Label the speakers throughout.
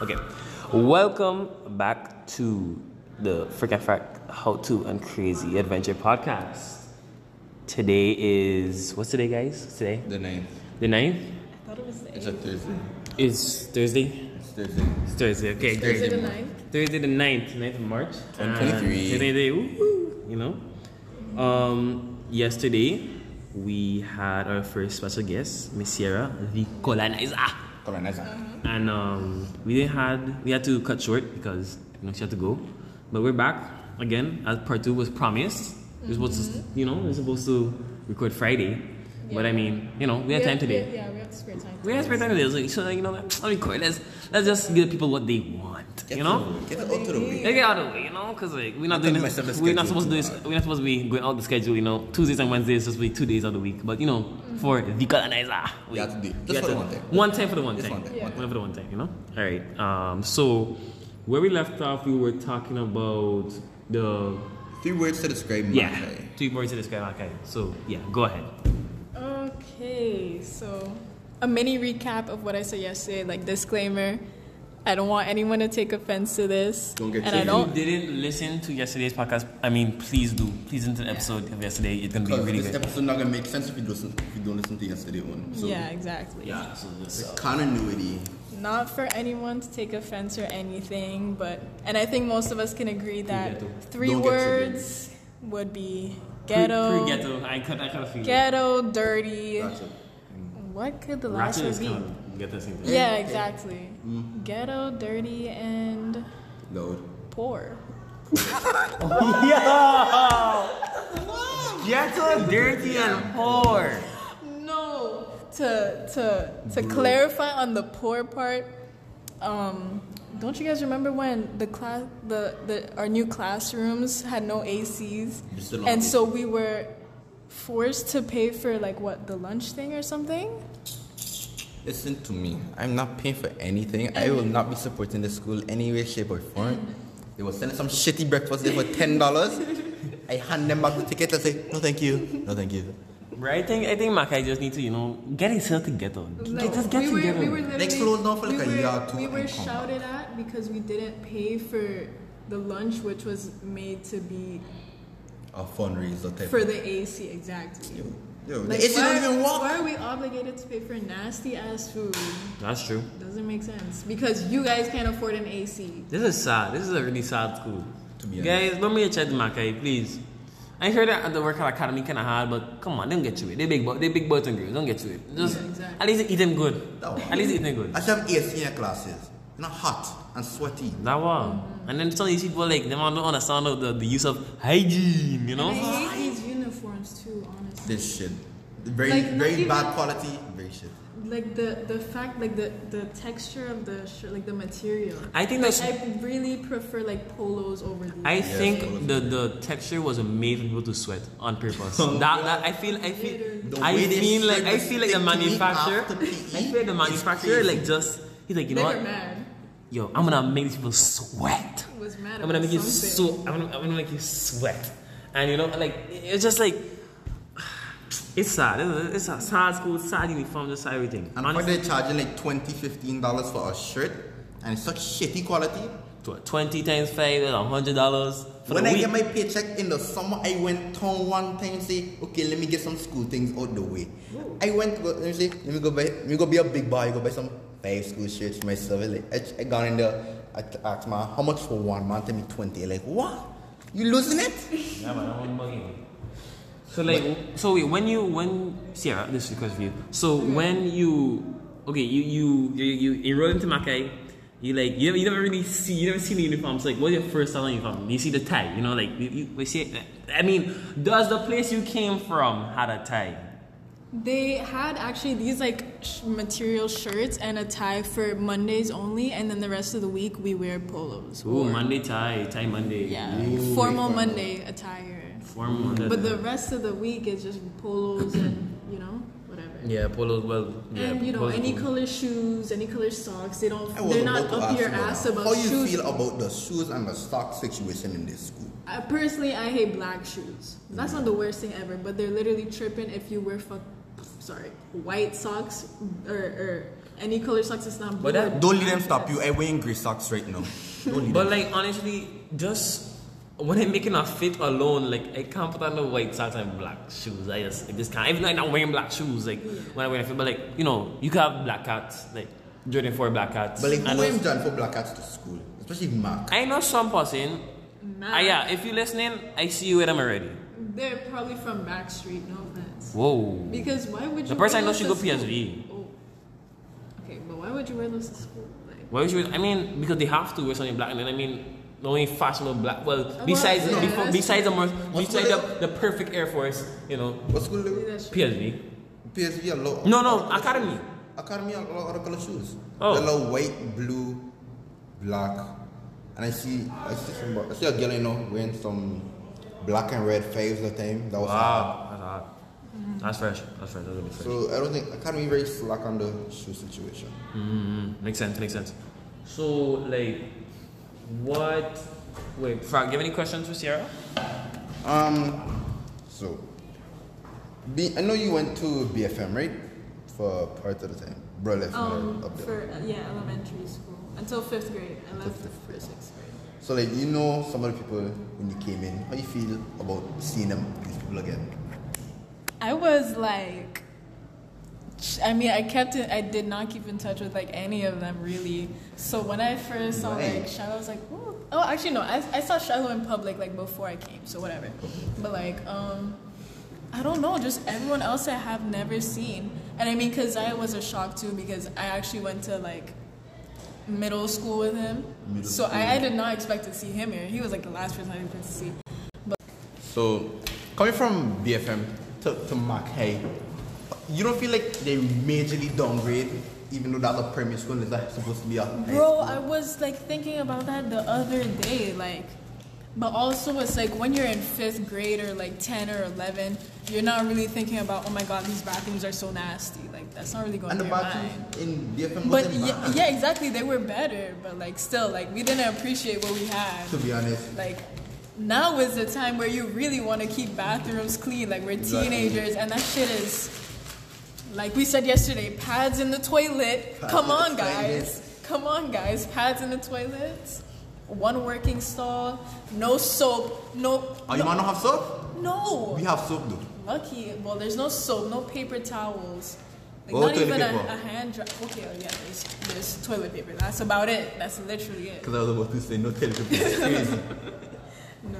Speaker 1: Okay, welcome back to the Frick and Frack How to and Crazy Adventure podcast. Today is what's today, guys? Today
Speaker 2: The ninth.
Speaker 1: the 9th?
Speaker 3: I thought it was the
Speaker 2: It's
Speaker 3: 8th.
Speaker 2: a Thursday.
Speaker 1: It's Thursday.
Speaker 2: It's Thursday.
Speaker 1: It's Thursday. Okay, great.
Speaker 3: Is it the 9th?
Speaker 1: Thursday the 9th, 9th of March.
Speaker 2: 2023.
Speaker 1: And Today, woo, you know. Um, yesterday, we had our first special guest, Miss Sierra, the colonizer.
Speaker 2: Colonizer.
Speaker 1: And um, we didn't had we had to cut short because you know she had to go. But we're back again as part two was promised. We're supposed to you know, we're supposed to record Friday. But I
Speaker 3: Mm-hmm. Yeah.
Speaker 1: mean, you know, we had
Speaker 3: have-
Speaker 1: time today.
Speaker 3: Yeah, we have spare time.
Speaker 1: We had spare time today. I was like, so like, you know, let me quit. Let's let's just give people what they want.
Speaker 2: Get
Speaker 1: you know?
Speaker 2: to- Get it out of the way.
Speaker 1: Like, Get out of the way, you know, because like we're not
Speaker 2: Don't
Speaker 1: doing
Speaker 2: mess up the
Speaker 1: this. We're not
Speaker 2: schedule
Speaker 1: supposed to do
Speaker 2: too
Speaker 1: this.
Speaker 2: hard.
Speaker 1: We're not supposed to be going out the schedule. You know, Tuesdays and Wednesdays is supposed to be two days of the week. But you know, for the colonizer, we
Speaker 2: have to do it.
Speaker 1: we
Speaker 2: Just
Speaker 1: have
Speaker 2: for the
Speaker 1: to-
Speaker 2: one time.
Speaker 1: One time for the one
Speaker 2: Just
Speaker 1: time.
Speaker 2: one time,
Speaker 3: Yeah. one
Speaker 1: One for the one time. You know. All right. Um. So where we left off, we were talking about the
Speaker 2: Three words to describe
Speaker 1: yeah
Speaker 2: Makai.
Speaker 1: two more to describe Akai. So yeah, go ahead.
Speaker 3: Okay, so a mini recap of what I said yesterday. Like disclaimer, I don't want anyone to take offense to this,
Speaker 2: Don't get
Speaker 3: and I
Speaker 2: triggered.
Speaker 1: If
Speaker 3: don't.
Speaker 1: you didn't listen to yesterday's podcast, I mean, please do. Please listen to the episode of yesterday. It's gonna be
Speaker 2: Because
Speaker 1: really
Speaker 2: this
Speaker 1: good.
Speaker 2: episode not gonna make sense if you don't listen, if you don't listen to yesterday one. So
Speaker 3: yeah, exactly.
Speaker 1: Yeah. So just.
Speaker 2: continuity.
Speaker 3: Not for anyone to take offense or anything, but and I think most of us can agree that
Speaker 1: Pre-ghetto.
Speaker 3: three
Speaker 2: Don't get triggered.
Speaker 3: words would be
Speaker 1: Pre-
Speaker 3: ghetto,
Speaker 1: pre-ghetto. I could, I could feel it.
Speaker 3: ghetto, dirty.
Speaker 2: Gotcha.
Speaker 3: What could the last
Speaker 1: Ratchet
Speaker 3: word
Speaker 1: is
Speaker 3: be?
Speaker 1: kind of ghetto same thing.
Speaker 3: Yeah, exactly. Ghetto, dirty, and
Speaker 2: Loud.
Speaker 3: poor.
Speaker 1: Ghetto, dirty, and poor.
Speaker 3: No. To to to clarify on the poor part, um, don't you guys remember when the class the, the our new classrooms had no ACs,
Speaker 2: Just a long
Speaker 3: and
Speaker 2: day.
Speaker 3: so we were forced to pay for like what the lunch thing or something.
Speaker 2: Listen to me. I'm not paying for anything. I will not be supporting the school any way, shape, or form. They were selling some shitty breakfast there for ten dollars. I hand them back the ticket. I say, no, thank you. No, thank you.
Speaker 1: Right? I think I think Makai just need to you know get himself together. Like, just get
Speaker 3: we were,
Speaker 1: together.
Speaker 3: we were literally,
Speaker 2: Next to those down for like
Speaker 3: we
Speaker 2: a
Speaker 3: were,
Speaker 2: year or two
Speaker 3: We
Speaker 2: and
Speaker 3: were
Speaker 2: come
Speaker 3: shouted at because we didn't pay for the lunch, which was made to be
Speaker 2: A fundraiser type.
Speaker 3: for the AC exactly.
Speaker 2: Yo,
Speaker 3: Like,
Speaker 2: the AC
Speaker 3: why,
Speaker 2: don't even work.
Speaker 3: Why are we obligated to pay for nasty ass food?
Speaker 1: That's true.
Speaker 3: Doesn't make sense because you guys can't afford an AC.
Speaker 1: This is sad. This is a really sad school.
Speaker 2: To be honest.
Speaker 1: Guys, don't be a chat Makai, please. I heard that at the work at academy kind of hard, but come on, don't get to it. They big, bu- they big boys and girls, don't get to it. Just
Speaker 3: Yeah, exactly.
Speaker 1: at least eat them good.
Speaker 2: That one.
Speaker 1: At least eat them good.
Speaker 2: I should have AC in your classes. You're not hot and sweaty.
Speaker 1: That one. And then some of these people like them don't understand the, the use of hygiene, you know.
Speaker 3: I hate these uniforms too, honestly.
Speaker 2: This shit. Very,
Speaker 3: Like, not
Speaker 2: very
Speaker 3: even-
Speaker 2: bad quality. Very shit.
Speaker 3: Like the the fact, like the the texture of the shirt, like the material.
Speaker 1: I think
Speaker 3: like,
Speaker 1: that's-
Speaker 3: I really prefer like polos over these.
Speaker 1: I
Speaker 2: Yes, all
Speaker 1: think
Speaker 2: of
Speaker 1: the, the texture was made for people to sweat on purpose.
Speaker 2: Oh,
Speaker 1: that, that I feel I feel
Speaker 2: The
Speaker 1: I
Speaker 2: way they
Speaker 1: feel like
Speaker 2: shred
Speaker 1: I
Speaker 2: the
Speaker 1: feel like the
Speaker 2: thing to eat
Speaker 1: manufacturer.
Speaker 2: after PE
Speaker 1: I feel like the
Speaker 2: is
Speaker 1: manufacturer
Speaker 2: crazy.
Speaker 1: like just he's like you know
Speaker 3: they
Speaker 1: what,
Speaker 3: were mad.
Speaker 1: yo I'm gonna make these people sweat.
Speaker 3: Was mad.
Speaker 1: I'm gonna
Speaker 3: about
Speaker 1: make you so
Speaker 3: something.
Speaker 1: I'm gonna, I'm gonna make you sweat, and you know like it's just like it's sad. It's, it's a sad school, sad uniform, just sad everything.
Speaker 2: And
Speaker 1: Honest-
Speaker 2: why they're charging like 20 dollars for a shirt, and it's such shitty quality.
Speaker 1: tw- twenty times five, a hundred dollars for
Speaker 2: when
Speaker 1: the
Speaker 2: I
Speaker 1: week.
Speaker 2: get my paycheck in the summer, I went town one time and say, okay, let me get some school things out the way. I went to go, let me say, let me go buy, let me go be a big boy, go buy some five school shirts for myself. Like, I, I gone in there, I t- asked my, how much for one man? Tell me 20. Like, what? You losing it?
Speaker 1: Yeah, man, I'm bugging. So like, so wait, when you when Sierra, this is a question for you. So when you okay, you you you, you enroll into Makai, you like you never, you never really see you never see the uniforms. Like, what's your first time on uniform? You see the tie, you know, like you, you we see. I mean, does the place you came from had a tie?
Speaker 3: They had actually these like sh- material shirts and a tie for Mondays only, and then the rest of the week we wear polos.
Speaker 1: Ooh,
Speaker 3: or-
Speaker 1: Monday tie, tie Monday.
Speaker 3: Yeah,
Speaker 2: Ooh,
Speaker 3: formal
Speaker 2: formal.
Speaker 3: Monday attire.
Speaker 1: Form
Speaker 3: But the rest of the week is just polos and you know whatever.
Speaker 1: yeah polos well yeah
Speaker 3: and you know
Speaker 1: polos
Speaker 3: any
Speaker 1: cool.
Speaker 3: color shoes, any color socks. They don't.
Speaker 2: I
Speaker 3: They're
Speaker 2: wasn't
Speaker 3: not
Speaker 2: about to
Speaker 3: up
Speaker 2: ask
Speaker 3: your
Speaker 2: you about
Speaker 3: ass
Speaker 2: that.
Speaker 3: about
Speaker 2: How you
Speaker 3: shoes.
Speaker 2: feel about the shoes and the stock situation in this school?
Speaker 3: I, personally, I hate black shoes. That's not the worst thing ever, but they're literally tripping if you wear fuck, sorry, white socks or, or Any color socks is not blue.
Speaker 1: But that-
Speaker 2: Don't let them stop you. I'm wearing gray socks right now. Don't let
Speaker 1: But
Speaker 2: them.
Speaker 1: like honestly, just when I'm making a fit alone, like I can't put on the white socks and black shoes. I just I just can't. Even though I'm not wearing black shoes, like when I wear a fit, but like you know, you can have black cats, like Jordan Four black cats.
Speaker 2: But like, who
Speaker 1: And
Speaker 2: named John for black cats to school? Especially Mark.
Speaker 1: I know some person.
Speaker 3: Nah.
Speaker 1: Ah, yeah, if you're listening, I see you with them already.
Speaker 3: They're probably from Backstreet. No offense.
Speaker 1: Whoa.
Speaker 3: Because why would you?
Speaker 1: The person
Speaker 3: wear
Speaker 1: I know
Speaker 3: those
Speaker 1: should
Speaker 3: to
Speaker 1: go
Speaker 3: school?
Speaker 1: PSV.
Speaker 3: Oh. Okay, but why would you wear those to school? Like,
Speaker 1: Why would you? I mean, because they have to wear something black. And then I mean, the only fashionable black. Well,
Speaker 3: Well,
Speaker 1: besides
Speaker 3: yeah,
Speaker 1: before,
Speaker 3: that's
Speaker 1: besides the most,
Speaker 2: What's
Speaker 1: besides
Speaker 2: with
Speaker 1: the, the perfect Air Force, you know,
Speaker 2: What school they
Speaker 3: maybe
Speaker 2: were?
Speaker 3: that's true.
Speaker 1: PSV.
Speaker 2: PSV allow.
Speaker 1: No, no, Academy.
Speaker 2: Academy allow other color shoes.
Speaker 1: Oh.
Speaker 2: They allow white, blue, black, and I see I see some I see a girl you know wearing some black and red faves the time. That was
Speaker 1: Wow, that's hot. That's fresh. That's fresh. That's really fresh.
Speaker 2: So I don't think Academy very slack on the shoe situation.
Speaker 1: Mm, makes sense. Makes sense. So like, what? Wait, Frank, give any questions for Sierra?
Speaker 2: Um, so B, I know you went to BFM right for part of the time. Bro left me
Speaker 3: Um,
Speaker 2: up there.
Speaker 3: for uh, yeah, elementary school until fifth grade. I left
Speaker 2: fifth
Speaker 3: for sixth grade.
Speaker 2: So like you know some of the people when you came in, how you feel about seeing them these people again?
Speaker 3: I was like, I mean, I kept it. I did not keep in touch with like any of them really. So when I first saw like
Speaker 2: Right.
Speaker 3: Shiloh, I was like, Ooh. oh, actually no, I, I saw Shiloh in public like before I came, so whatever. But like, um, I don't know, just everyone else I have never seen, and I mean, cause I was a shock too because I actually went to like middle school with him,
Speaker 2: Middle
Speaker 3: so
Speaker 2: school.
Speaker 3: I, I did not expect to see him here. He was like the last person I expected to see.
Speaker 2: So coming from BFM to, to Mackay, you don't feel like they majorly downgrade even though that's a primary school and that's supposed to be a high
Speaker 3: Bro,
Speaker 2: school?
Speaker 3: I was like thinking about that the other day, like, but also it's like when you're in fifth grade or like ten or eleven, you're not really thinking about oh my god these bathrooms are so nasty. Like that's not really going
Speaker 2: and the
Speaker 3: through your mind.
Speaker 2: bathrooms in BFM
Speaker 3: But
Speaker 2: wasn't
Speaker 3: yeah,
Speaker 2: bad,
Speaker 3: yeah, exactly, they were better, but like still, like we didn't appreciate what we had.
Speaker 2: to be honest.
Speaker 3: Like now is the time where you really want to keep bathrooms clean. Like we're
Speaker 2: Exactly.
Speaker 3: teenagers, and that shit is like we said yesterday, pads in the toilet.
Speaker 2: Pads in
Speaker 3: Come
Speaker 2: the
Speaker 3: on,
Speaker 2: toilet.
Speaker 3: guys. Come on, guys. Pads in the toilets. One working stall. No soap. No.
Speaker 2: Oh, you
Speaker 3: no,
Speaker 2: might not have soap?
Speaker 3: no.
Speaker 2: We have soap though.
Speaker 3: Lucky. Well, there's no soap. No paper towels. Like,
Speaker 2: Oh,
Speaker 3: not
Speaker 2: toilet
Speaker 3: even a,
Speaker 2: paper.
Speaker 3: a hand dry. Okay, oh yeah, there's, there's toilet paper. That's about it. That's literally it.
Speaker 2: Because I was about to say no television. It's crazy.
Speaker 3: No,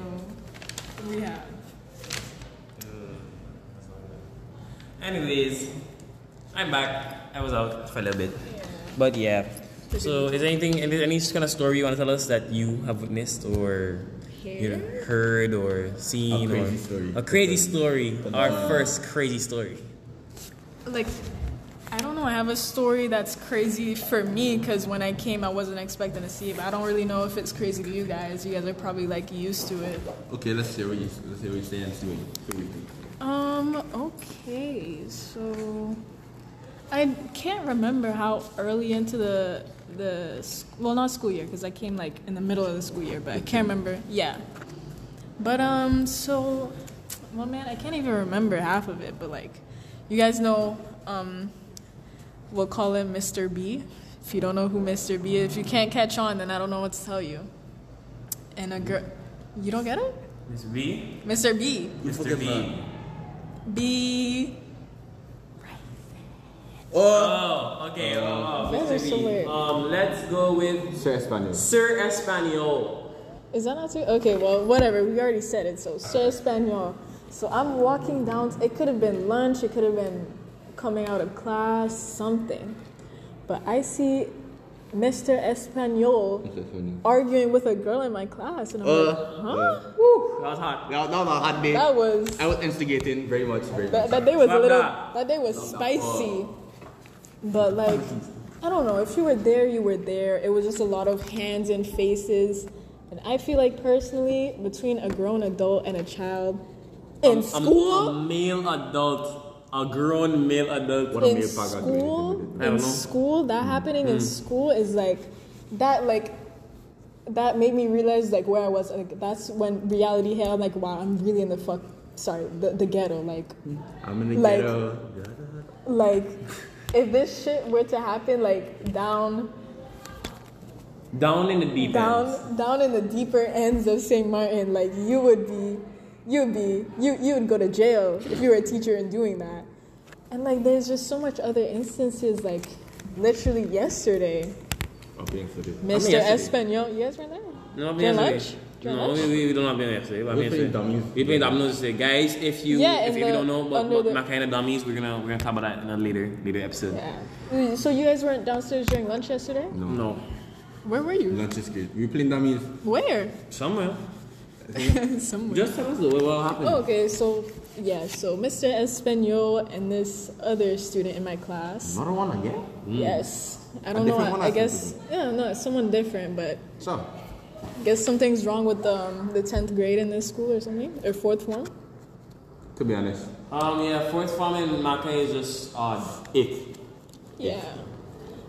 Speaker 3: we have.
Speaker 1: Anyways, I'm back. I was out for a little bit,
Speaker 3: Yeah.
Speaker 1: but yeah. So, is there anything, any, any kind of story you want to tell us that you have witnessed or you know, heard or seen
Speaker 2: A
Speaker 1: or
Speaker 2: crazy story. uh,
Speaker 1: a crazy story? Our first crazy story.
Speaker 3: like I don't know. I have a story that's crazy for me because when I came, I wasn't expecting to see it. But I don't really know if it's crazy to you guys. You guys are probably like used to it.
Speaker 2: okay, let's see what you let's see what you say and see what you, what you think.
Speaker 3: Um. Okay. So I can't remember how early into the the s- well, not school year because I came like in the middle of the school year, but I can't remember. Yeah. But um. So, well, man, I can't even remember half of it. But like, you guys know um. We'll call him Mr. B. If you don't know who Mr. B is, if you can't catch on, then I don't know what to tell you. And a girl, you don't get it?
Speaker 1: Miss B,
Speaker 3: Mr. B.
Speaker 1: Mr. B.
Speaker 3: B.
Speaker 2: Oh,
Speaker 1: Oh, okay. Oh,
Speaker 3: Why is
Speaker 1: Mr.
Speaker 3: it so
Speaker 1: B.
Speaker 3: weird?
Speaker 1: Um, let's go with
Speaker 2: Sir Espanol.
Speaker 1: Sir Espanol.
Speaker 3: Is that not too? Okay, well, whatever. We already said it. So, Sir Espanol. So, I'm walking down. It could have been lunch. It could have been coming out of class, something. But I see Mr. Espanol arguing with a girl in my class. And I'm like, huh? Woo.
Speaker 1: That was hot.
Speaker 2: That, that was a hot day.
Speaker 3: That was.
Speaker 2: I was instigating very much. Very much.
Speaker 3: That, that day was a
Speaker 1: Slap
Speaker 3: little.
Speaker 1: that.
Speaker 3: That day was spicy. But like, I don't know. If you were there, you were there. It was just a lot of hands and faces, and I feel like personally, between a grown adult and a child
Speaker 1: Um,
Speaker 3: in
Speaker 1: A- A,
Speaker 3: school,
Speaker 1: male adult, a grown male adult.
Speaker 2: What a
Speaker 3: in
Speaker 2: male pack had to do anything
Speaker 3: school,
Speaker 2: with
Speaker 1: it. I don't
Speaker 3: in
Speaker 1: know. Mm.
Speaker 3: school,
Speaker 2: Mm.
Speaker 3: that happening in school is like, that like. That made me realize like where I was. Like that's when reality hit. I'm like, wow, I'm really in the fuck. Sorry, the, the ghetto. Like,
Speaker 2: I'm Mm. in the
Speaker 3: Like-
Speaker 2: ghetto.
Speaker 3: like if this shit were to happen, like down,
Speaker 1: Down in the deep end.
Speaker 3: down, down in the deeper ends of Saint Martin, like you would be, you'd be, you you would go to jail if you were a teacher and doing that. And like, there's just so much other instances, like literally yesterday,
Speaker 4: I'm being stupid.
Speaker 3: Mr.
Speaker 1: yesterday.
Speaker 3: Espanol, you guys were there.
Speaker 1: No, I mean,
Speaker 3: During
Speaker 1: yesterday.
Speaker 3: lunch? During
Speaker 1: No,
Speaker 3: lunch?
Speaker 1: we, we, we don't have been yesterday. but I
Speaker 4: We're
Speaker 1: mean,
Speaker 4: playing
Speaker 1: yesterday.
Speaker 4: dummies.
Speaker 1: We're playing dominoes today, guys. If you
Speaker 3: Yeah,
Speaker 1: if,
Speaker 3: in
Speaker 1: if you
Speaker 3: the-
Speaker 1: don't know about,
Speaker 3: under
Speaker 1: about
Speaker 3: the-
Speaker 1: my kind of dummies, we're gonna we're gonna talk about that in a later later episode.
Speaker 3: Yeah. So you guys weren't downstairs during lunch yesterday?
Speaker 1: No,
Speaker 3: Where were you?
Speaker 4: Lunch is good. We playing dummies.
Speaker 3: Where?
Speaker 1: somewhere.
Speaker 3: Somewhere.
Speaker 1: Just tell us though, what- what happened.
Speaker 3: Oh, okay, so yeah, so Mr. Espanol and this other student in my class.
Speaker 4: Another one again?
Speaker 3: Mm. Yes, I don't know.
Speaker 4: different one
Speaker 3: I, I
Speaker 4: has to
Speaker 3: guess
Speaker 4: do
Speaker 3: yeah, no, it's someone different, but
Speaker 4: So,
Speaker 3: I guess something's wrong with um, the tenth grade in this school or something, or fourth form.
Speaker 4: to be honest,
Speaker 3: Oh.
Speaker 1: Um, yeah, fourth form in Makai is just odd. It.
Speaker 3: Yeah.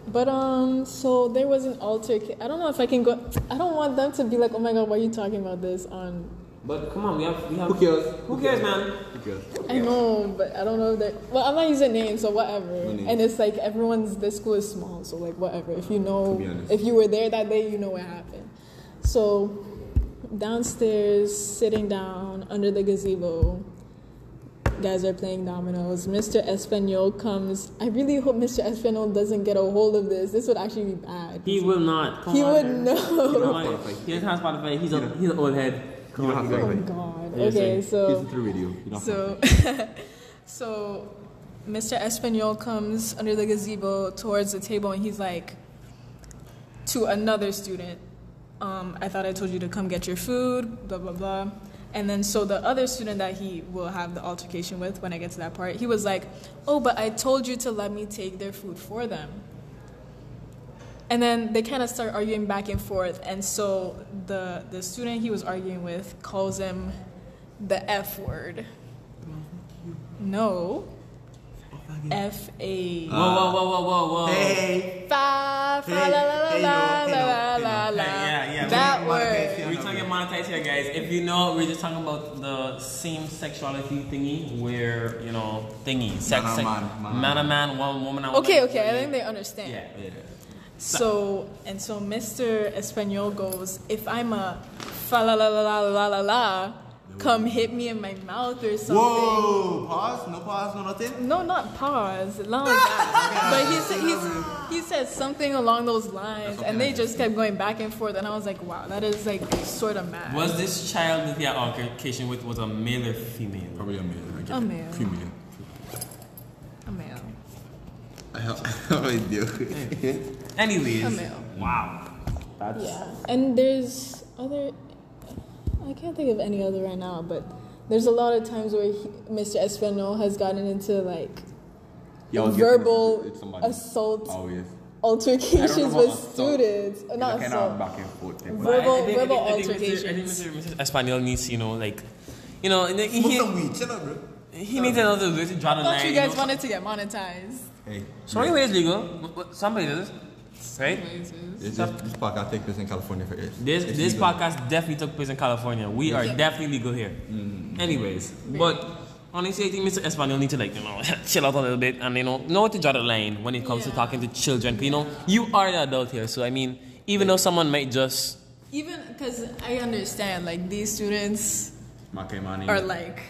Speaker 3: But um, so there was an altercation. I don't know if I can go. I don't want them to be like, oh my god, why are you talking about this on
Speaker 1: But come on, we have we have.
Speaker 3: Um,
Speaker 4: Who
Speaker 3: uh,
Speaker 4: cares?
Speaker 1: Who cares, man?
Speaker 4: who cares?
Speaker 3: I know, but I don't know if they're. Well, I'm not using names, so whatever.
Speaker 4: names.
Speaker 3: And it's like everyone's. This school is small, so like whatever. If you know,
Speaker 4: be honest.
Speaker 3: if you were there that day, you know what happened. So, downstairs, sitting down under the gazebo, guys are playing dominoes. Mr. Espanol comes. I really hope Mr. Espanol doesn't get a hold of this. This would actually be bad.
Speaker 1: He will not. Come
Speaker 3: He
Speaker 1: on,
Speaker 3: would
Speaker 1: man.
Speaker 3: know.
Speaker 1: He don't have Spotify. He doesn't have Spotify. He's a he's an old head. Come
Speaker 4: You
Speaker 1: on,
Speaker 4: don't
Speaker 1: he
Speaker 4: have Spotify.
Speaker 1: got-
Speaker 3: oh God.
Speaker 1: Yeah,
Speaker 3: Okay, so
Speaker 4: Listen through radio. You know.
Speaker 3: So, so Mr. Espanol comes under the gazebo towards the table, and he's like to another student. Um, I thought I told you to come get your food, blah blah blah. And then so the other student that he will have the altercation with when I get to that part, he was like, "Oh, but I told you to let me take their food for them." And then they kind of start arguing back and forth. And so the, the student he was arguing with calls him the F word. No. F A.
Speaker 1: Whoa, whoa, whoa, whoa,
Speaker 2: Um,
Speaker 1: whoa, whoa.
Speaker 2: Hey,
Speaker 3: Fa, fa, la,
Speaker 2: Hey,
Speaker 3: la, la,
Speaker 2: hey,
Speaker 3: la,
Speaker 2: no, hey,
Speaker 3: la, la,
Speaker 2: no, hey,
Speaker 3: la,
Speaker 2: no.
Speaker 3: la.
Speaker 2: Hey, yeah, yeah,
Speaker 3: That
Speaker 2: we wanna
Speaker 3: word.
Speaker 2: taste your-
Speaker 1: We're talking monetize here, guys. If you know, we're just talking about the same sexuality thingy, where you know thingy, sex,
Speaker 2: Man on
Speaker 1: sex,
Speaker 2: man, man on
Speaker 1: man on man, woman, woman on
Speaker 3: Okay,
Speaker 1: woman.
Speaker 3: okay, I think they understand.
Speaker 1: Yeah.
Speaker 3: So and so, Mr. Espanol goes, if I'm a fa la la la la la la la, come hit me in my mouth or something.
Speaker 2: Whoa! Pause. No pause. No nothing.
Speaker 3: No, not pause, not like that. but he said he's, he said something along those lines, and they just kept going back and forth, and I was like, wow, that is like sort of mad.
Speaker 1: Was this child that they had altercation with was a male or female?
Speaker 4: Probably a male. I get
Speaker 3: A
Speaker 4: it.
Speaker 3: male.
Speaker 4: Female.
Speaker 3: a male,
Speaker 2: I have no idea.
Speaker 1: Anyways,
Speaker 3: a male.
Speaker 1: wow, that's
Speaker 3: Yeah, and there's other. I can't think of any other right now, but there's a lot of times where he, Mr. Espinol has gotten into like
Speaker 4: Yeah, I was getting
Speaker 3: verbal
Speaker 4: it with somebody.
Speaker 3: assault
Speaker 4: Oh yes. I don't
Speaker 3: altercations
Speaker 4: know about
Speaker 3: with
Speaker 4: assault.
Speaker 3: students. Uh, Not
Speaker 4: Like, kind of
Speaker 3: assault.
Speaker 4: back and forth. thing, but-
Speaker 1: But I- I
Speaker 3: Verbal-
Speaker 1: think- I
Speaker 3: verbal
Speaker 1: think- I think Mr. I think
Speaker 3: altercations.
Speaker 1: Mr. Mr. Espanol needs, you know, like, you know, and then he,
Speaker 2: Smoke some weed. Chill out, bro.
Speaker 1: he needs another way to draw the line.
Speaker 3: Thought you guys
Speaker 1: know?
Speaker 3: wanted to get monetized.
Speaker 4: Hey.
Speaker 1: So anyway, it's legal. But- but Somebody does, right?
Speaker 4: This, this, this podcast take place in California for it.
Speaker 1: This this podcast definitely took place in California. We are definitely legal here. Mm-hmm. Anyways, but honestly, I think Mr. Espanol need to like you know chill out a little bit and you know know where to draw the line when it comes to
Speaker 3: Yeah.
Speaker 1: talking to children. You know, you are the adult here, so I mean, even though someone might just
Speaker 3: Even because I understand, like these students
Speaker 2: Mm.
Speaker 4: Makeman.
Speaker 3: are like,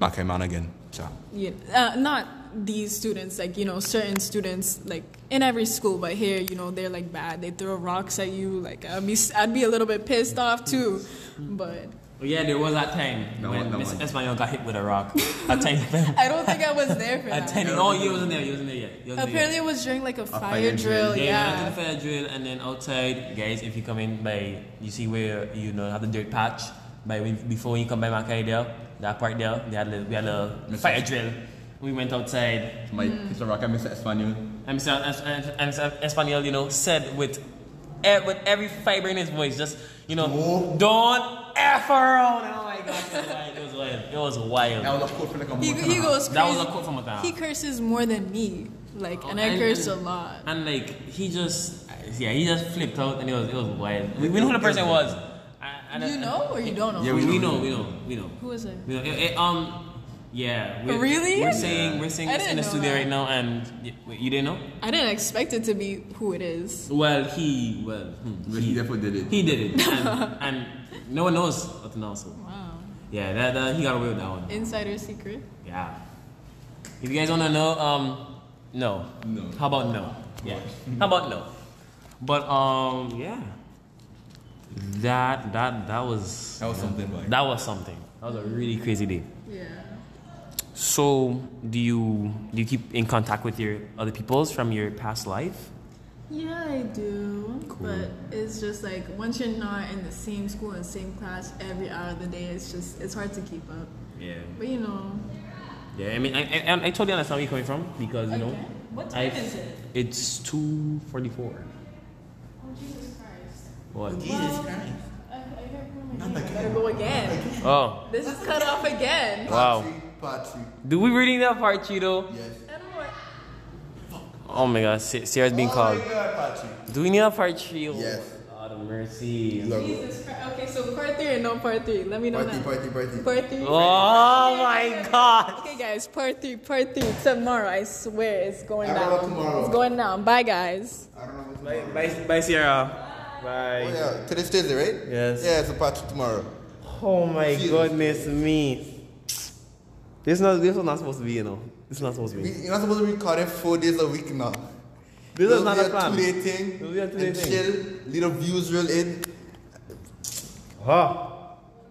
Speaker 4: Makeman again. Ciao.
Speaker 3: you uh, not these students, like you know, certain students, like in every school, but here, you know, they're like bad. They throw rocks at you. Like I'd be, I'd be a little bit pissed off too, but
Speaker 1: Oh, yeah, there was that time
Speaker 4: No
Speaker 1: when
Speaker 4: one- no
Speaker 1: Mr.
Speaker 4: one.
Speaker 1: Espanol got hit with a rock. At time,
Speaker 3: I don't think I was there for
Speaker 1: at time.
Speaker 3: that.
Speaker 1: Oh, you wasn't there. You wasn't there yet. You wasn't
Speaker 3: Apparently, it was during like a
Speaker 4: fire
Speaker 3: fire
Speaker 4: drill.
Speaker 3: drill.
Speaker 1: there. yet. Yeah, yeah.
Speaker 3: Yeah.
Speaker 1: fair drill, and then outside, guys. If you come in by, you see where you know have the dirt patch. By when- before you come by Makai there, that part there, they had a, we had a
Speaker 4: Mr.
Speaker 1: fire drill. We went outside.
Speaker 4: My it's a rock. I miss Espanol.
Speaker 1: And Mr. Es- Es- Es- Espanol, you know, said with e- with every fiber in his voice, just you know, don't f around. Oh my gosh, it was wild. It was wild. It was wild.
Speaker 4: That was a quote for like a month
Speaker 3: He,
Speaker 4: and a
Speaker 3: he
Speaker 4: half.
Speaker 3: goes crazy.
Speaker 1: That was a quote from a Oh, town.
Speaker 3: He curses more than me, like, and I
Speaker 1: And-
Speaker 3: curse a
Speaker 1: and-
Speaker 3: lot.
Speaker 1: And like he just, yeah, he just flipped out, and it was it was wild. We, we know who the person was. I, I don't-
Speaker 3: You know or you don't know?
Speaker 1: Yeah, we, we know, we know, we know.
Speaker 3: Who was it?
Speaker 1: We know. It- it, um, Yeah. We're,
Speaker 3: Oh, Really?
Speaker 1: We're saying we're saying
Speaker 3: I
Speaker 1: this in the
Speaker 3: didn't know
Speaker 1: studio
Speaker 3: that.
Speaker 1: right now, and y- wait, you didn't know?
Speaker 3: I didn't expect it to be who it is.
Speaker 1: Well, he well hmm,
Speaker 4: But he definitely did it.
Speaker 1: he did it, and, and no one knows up to now. So
Speaker 3: Wow.
Speaker 1: yeah, that, that he got away with that one.
Speaker 3: Insider secret.
Speaker 1: Yeah. If you guys wanna know, um, no.
Speaker 4: No.
Speaker 1: How about no? Yeah. How about no? But um, yeah. That that that was
Speaker 4: That was something, boy.
Speaker 1: that was something. That was a really crazy day.
Speaker 3: Yeah.
Speaker 1: So do you do you keep in contact with your other peoples from your past life?
Speaker 3: Yeah, I do. But it's just like once you're not in the same school and same class every hour of the day, it's just it's hard to keep up.
Speaker 1: Yeah.
Speaker 3: But you know,
Speaker 1: Yeah. I mean, I I, I totally understand where you're coming from because you know.
Speaker 3: Again? What time
Speaker 1: I've-
Speaker 3: is it?
Speaker 1: It's two forty four.
Speaker 3: Oh Jesus Christ!
Speaker 1: What?
Speaker 2: Jesus Christ.
Speaker 3: I, I heard from I gotta go again.
Speaker 1: Oh
Speaker 3: This is cut off again.
Speaker 1: wow.
Speaker 2: Part three, part two.
Speaker 1: Do we reading that part, Cheeto?
Speaker 2: Yes.
Speaker 3: I don't want.
Speaker 1: Oh my God, Sa- Sarah's being called.
Speaker 2: Oh my God, part two.
Speaker 1: Do we need a part three?
Speaker 2: Yes.
Speaker 1: God of mercy.
Speaker 2: You are good.
Speaker 3: Jesus Christ. Okay, so part three and no part three. Let me know
Speaker 2: Part three,
Speaker 3: now.
Speaker 2: part three, part three.
Speaker 3: Part three.
Speaker 1: Oh my God.
Speaker 3: Okay, guys, part three, part three tomorrow. I swear it's going
Speaker 2: I don't know
Speaker 3: down.
Speaker 2: tomorrow.
Speaker 3: It's going down. Bye, guys.
Speaker 2: I don't know what's
Speaker 1: Bye,
Speaker 2: tomorrow.
Speaker 1: bye, bye Sierra.
Speaker 2: Oh,
Speaker 1: Bye.
Speaker 2: yeah. Today's Tuesday, right?
Speaker 1: Yes.
Speaker 2: Yeah, it's a part two tomorrow.
Speaker 1: Oh my
Speaker 2: Jesus.
Speaker 1: goodness me. This not this was not supposed to be, you know. This is not supposed to
Speaker 2: We,
Speaker 1: be.
Speaker 2: you're not supposed to be recording four days a week now.
Speaker 1: This is
Speaker 2: It'll
Speaker 1: not
Speaker 2: be
Speaker 1: a plan.
Speaker 2: two-day thing.
Speaker 1: It'll be a two-day
Speaker 2: and
Speaker 1: thing.
Speaker 2: Chill, little views roll in.
Speaker 1: Huh.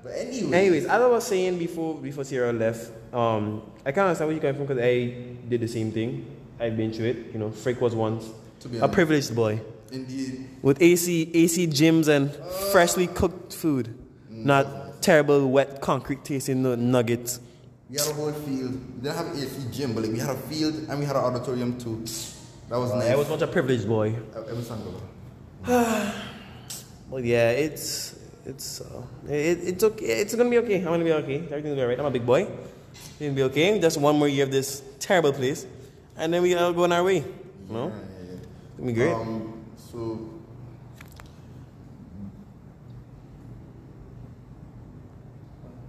Speaker 2: But anyway.
Speaker 1: Anyways, as I was saying before before Sierra left, um, I can't understand where you're coming from because I did the same thing. I've been through it. You know, Frick was once
Speaker 2: To be
Speaker 1: a
Speaker 2: honest.
Speaker 1: privileged boy
Speaker 2: Indeed.
Speaker 1: with AC AC gyms and freshly cooked food,
Speaker 2: Mm.
Speaker 1: not terrible wet concrete tasting nu- nuggets.
Speaker 2: We had a whole field. We didn't have AC gym, but like, we had a field and we had an auditorium too. That was nice.
Speaker 1: I was once a privileged boy.
Speaker 2: Uh, it was unreal.
Speaker 1: But yeah, it's it's uh, it, it's okay. It's gonna be okay. I'm gonna be okay. Everything's gonna be alright. I'm a big boy. It's gonna be okay. Just one more year of this terrible place, and then we all go on our way. You know, it'll be great.
Speaker 2: Um, so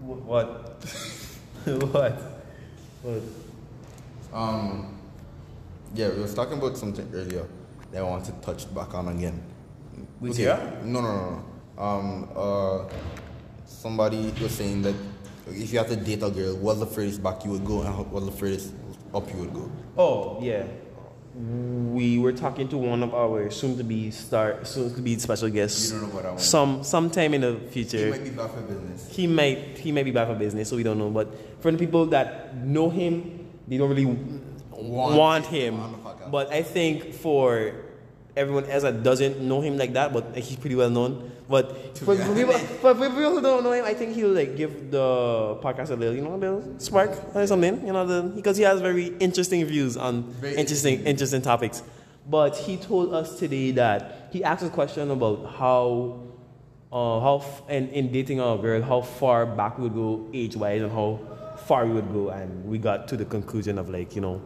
Speaker 1: What? what? What?
Speaker 2: Um, yeah, we was talking about something earlier that I want to touch back on again.
Speaker 1: With
Speaker 2: Okay,
Speaker 1: Sierra?
Speaker 2: No, no, no, no. Um, uh, somebody was saying that if you had to date a girl, what's the furthest back you would go and how- what's the furthest up you would go?
Speaker 1: Oh yeah, we were talking to one of our soon-to-be star, soon-to-be special guests.
Speaker 2: You don't know about that one.
Speaker 1: Some sometime in the
Speaker 2: It
Speaker 1: future,
Speaker 2: might be bad for business.
Speaker 1: he might he might be back for business, so we don't know. But for the people that know him, they don't really want,
Speaker 2: Want
Speaker 1: him.
Speaker 2: him on the podcast.
Speaker 1: But I think for everyone else that doesn't know him like that, but he's pretty well known. But for, for people, for, for people who don't know him, I think he'll like give the podcast a little, you know, a little spark or something, you know, the, because he has very interesting views on
Speaker 2: Very
Speaker 1: interesting interesting topics. But he told us today that he asked a question about how, uh, how f- in, in dating a girl, how far back we would go age wise and how far we would go, and we got to the conclusion of like you know,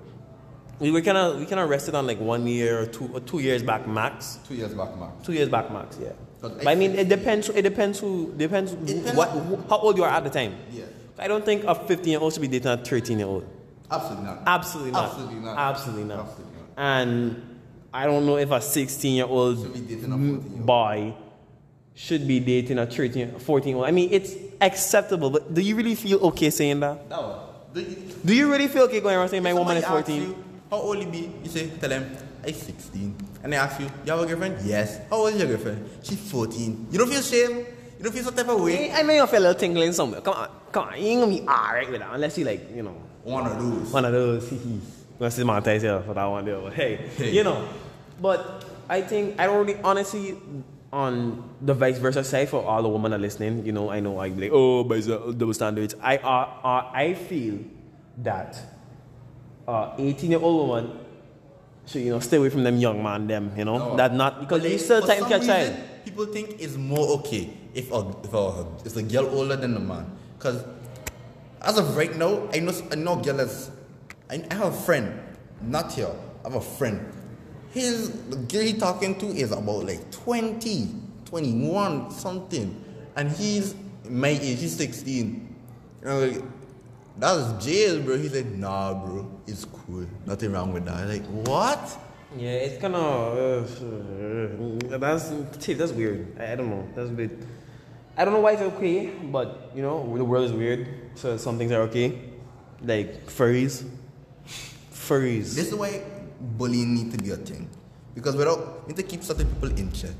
Speaker 1: we were kind of we kind of rested on like one year or two or two years back max,
Speaker 2: Two years back, Mark.
Speaker 1: two years back max, yeah.
Speaker 2: But
Speaker 1: But I mean, it depends. It depends who depends,
Speaker 2: depends-
Speaker 1: what who, how old you are at the time.
Speaker 2: Yeah.
Speaker 1: I don't think a 15 year old should be dating a 13 year old.
Speaker 2: Absolutely not.
Speaker 1: Absolutely not.
Speaker 2: Absolutely not.
Speaker 1: Absolutely not.
Speaker 2: Absolutely not.
Speaker 1: And I don't know if a 16 year old
Speaker 2: Should be dating a 14-year-old.
Speaker 1: boy should be dating a 13, 14 year old. I mean, it's acceptable, but do you really feel okay saying that?
Speaker 2: That one. Do you-
Speaker 1: Do you really feel okay going around saying my
Speaker 2: If
Speaker 1: woman
Speaker 2: somebody
Speaker 1: is 14?
Speaker 2: asks you, how old you be? You say, tell them, I'm 16. And they ask you, you have a girlfriend? Yes. How old is your girlfriend? She's 14. You don't feel shame? You don't feel some type of way?
Speaker 1: I know you feel a little tingling somewhere. Come on, come on. You ain't gonna be alright with that unless you like, you know.
Speaker 2: One of those.
Speaker 1: one of those. Let's just monetize here for that one deal. But hey, you know. But I think I don't really honestly on the vice versa side for all the women that are listening. You know, I know I'm like, oh, but it's uh, double standards. I uh, uh, I feel that uh, 18 year old woman should you know stay away from them young man them. You know
Speaker 2: No.
Speaker 1: that not because
Speaker 2: Like,
Speaker 1: you still
Speaker 2: Oh. for
Speaker 1: time
Speaker 2: some
Speaker 1: catch child.
Speaker 2: reason, People think it's more okay if a, if a, if a girl older than a man. Because as of right now, I know, s- I know a girl that's. I, I have a friend, not here, I have a friend. His, the girl he talking to is about like 20, 21, something. And he's my age, he's 16. You know, like, that's jail, bro. He's like, nah, bro, it's cool. Nothing wrong with that. I'm like, what?
Speaker 1: Yeah, it's kind of uh, that's Chief, that's weird. I, I don't know. That's a bit. I don't know why it's okay, but you know the world is weird, so some things are okay, like furries. Furries.
Speaker 2: This is why bullying need to be a thing, because without we need to keep certain people in check.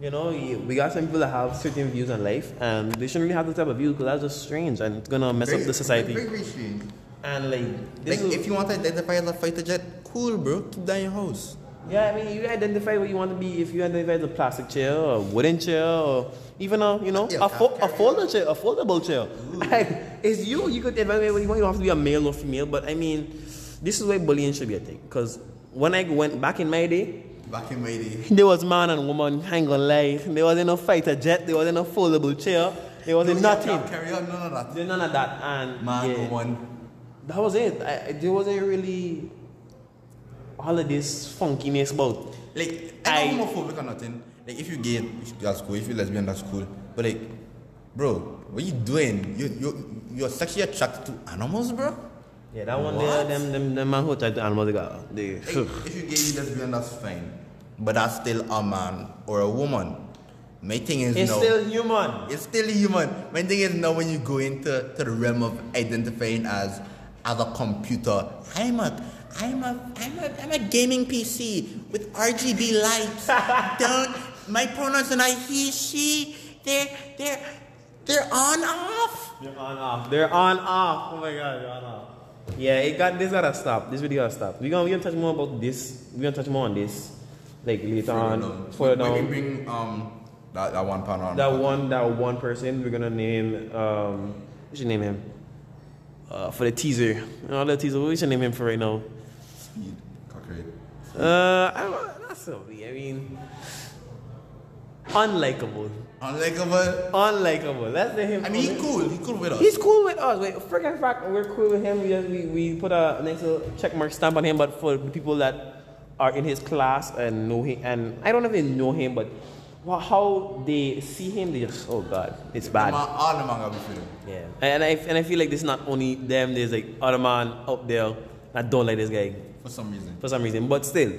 Speaker 1: you know, you- we got some people that have certain views on life, and they shouldn't really have this type of view because that's just strange and it's gonna mess up the
Speaker 2: Very,
Speaker 1: society.
Speaker 2: very strange.
Speaker 1: And like, this
Speaker 2: Like,
Speaker 1: is-
Speaker 2: if you want to identify as a fighter jet, cool, bro. Keep that in your house.
Speaker 1: Yeah, I mean, you identify what you want to be. If you identify as a plastic chair or a wooden chair or even a, you know,
Speaker 2: Yeah,
Speaker 1: a, fo- a
Speaker 2: carry-
Speaker 1: foldable chair, a foldable chair. Like, it's you. You could identify what you want. You don't have to be a male or female. But I mean, this is why bullying should be a thing. Because when I went back in my day,
Speaker 2: Back in my day.
Speaker 1: there was man and woman hang on like there wasn't no fighter jet, there wasn't no foldable chair, there wasn't
Speaker 2: No, yeah,
Speaker 1: nothing.
Speaker 2: Carry on, none of that.
Speaker 1: There's none of that. And
Speaker 2: Man,
Speaker 1: yeah,
Speaker 2: one.
Speaker 1: that was it. I, I- there wasn't really all of this funkiness about.
Speaker 2: Like, I'm
Speaker 1: I-
Speaker 2: not homophobic or nothing. Like, if you gay, that's cool. If you lesbian, that's cool. But like, bro, what you doing? You you you're sexually attracted to animals, bro.
Speaker 1: Yeah, that one there, them, them, them man who tried to animal the guy. They,
Speaker 2: Like, if you gay, you lesbian, that's fine. But that's still a man or a woman. My thing is
Speaker 1: it's
Speaker 2: no.
Speaker 1: still human.
Speaker 2: It's still human. My thing is now when you go into to the realm of identifying as as a computer, I'm a I'm a I'm a I'm a gaming PC with RGB lights. Don't my pronouns and I he she they're they're they're on off.
Speaker 1: They're on off. They're on off. Oh my god, they're on off. Yeah, it got this gotta stop. This video gotta stop. We're gonna we gonna touch more about this. We're gonna touch more on this. Like later on. Further down.
Speaker 2: bring um that, that one panel
Speaker 1: That one, that one person we're gonna name. Um, we should name him uh, for the teaser. All the teaser. We should name him for right now. Uh, I don't, that's so weird. I mean, unlikable,
Speaker 2: Unlikable.
Speaker 1: unlikable. Let's name him.
Speaker 2: I mean he cool, he cool with us.
Speaker 1: He's cool with us. Wait, freaking fact, we're cool with him. We, just, we we put a nice little check mark stamp on him. But for the people that are in his class and know him, and I don't know if they know him, but wha- how they see him, they just oh god, it's bad.
Speaker 2: Ma- all the manga be feeling.
Speaker 1: Yeah. And I and I feel like this not only them. There's like other man out there that don't like this guy
Speaker 2: for some reason.
Speaker 1: for some reason. But still,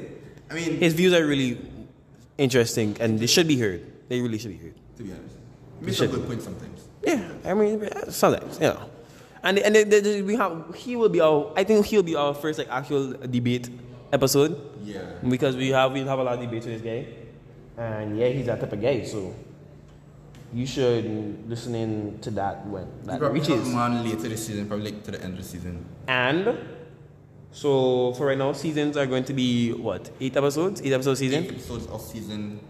Speaker 2: I mean
Speaker 1: his views are really interesting, and they should be heard. They really should be heard.
Speaker 2: to be honest. He
Speaker 1: makes a should.
Speaker 2: point sometimes.
Speaker 1: Yeah. I mean, sometimes you know. And and then- then- then we have he will be our. I think he'll be our first like actual debate episode
Speaker 2: Yeah.
Speaker 1: because we have we have a lot of debates with this guy, and yeah, he's that type of guy. So. You should listen in to that when that
Speaker 2: probably
Speaker 1: reaches.
Speaker 2: come on later this season, probably like to the end of the season.
Speaker 1: And so for right now, seasons are going to be what eight episodes, eight episode
Speaker 2: Eight
Speaker 1: season,
Speaker 2: episodes of season,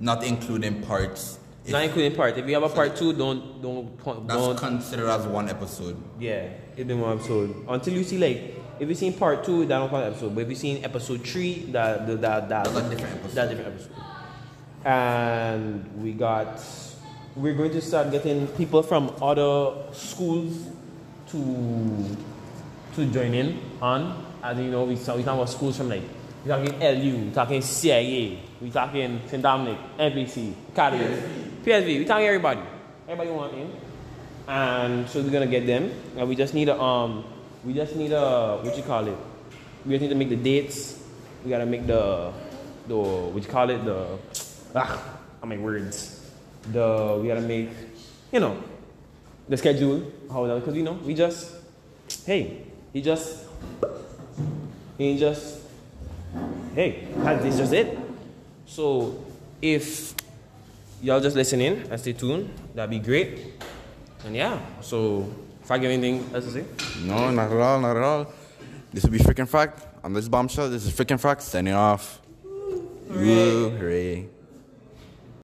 Speaker 2: not including parts. If
Speaker 1: not including part. If you have a part two, don't don't point-
Speaker 2: that's
Speaker 1: don't.
Speaker 2: considered as one episode.
Speaker 1: Yeah, it'll be one episode until you see like if you seen part two, that don't count episode. But if you seen episode three, that that that that-
Speaker 2: That's a different episode.
Speaker 1: That's a different episode. And we got we're going to start getting people from other schools to to join in on. As you know, we saw we talking about schools from like we talking LU, we talking CIA, we talking St Dominic, NBC, Caribbean, PSV. We talking everybody. Everybody want in and so we're gonna get them. And we just need a um, we just need a what you call it? We just need to make the dates. We gotta make the the what you call it the ah, I make words. The we gotta make you know the schedule. How that because you know we just hey he just he just hey that is just it. So if y'all just listen in and stay tuned, that'd be great. And yeah, so if I give anything else to say,
Speaker 2: No, not at all, not at all. This will be freaking fact on this bombshell. This is freaking fact. Signing off. Hooray. Hooray.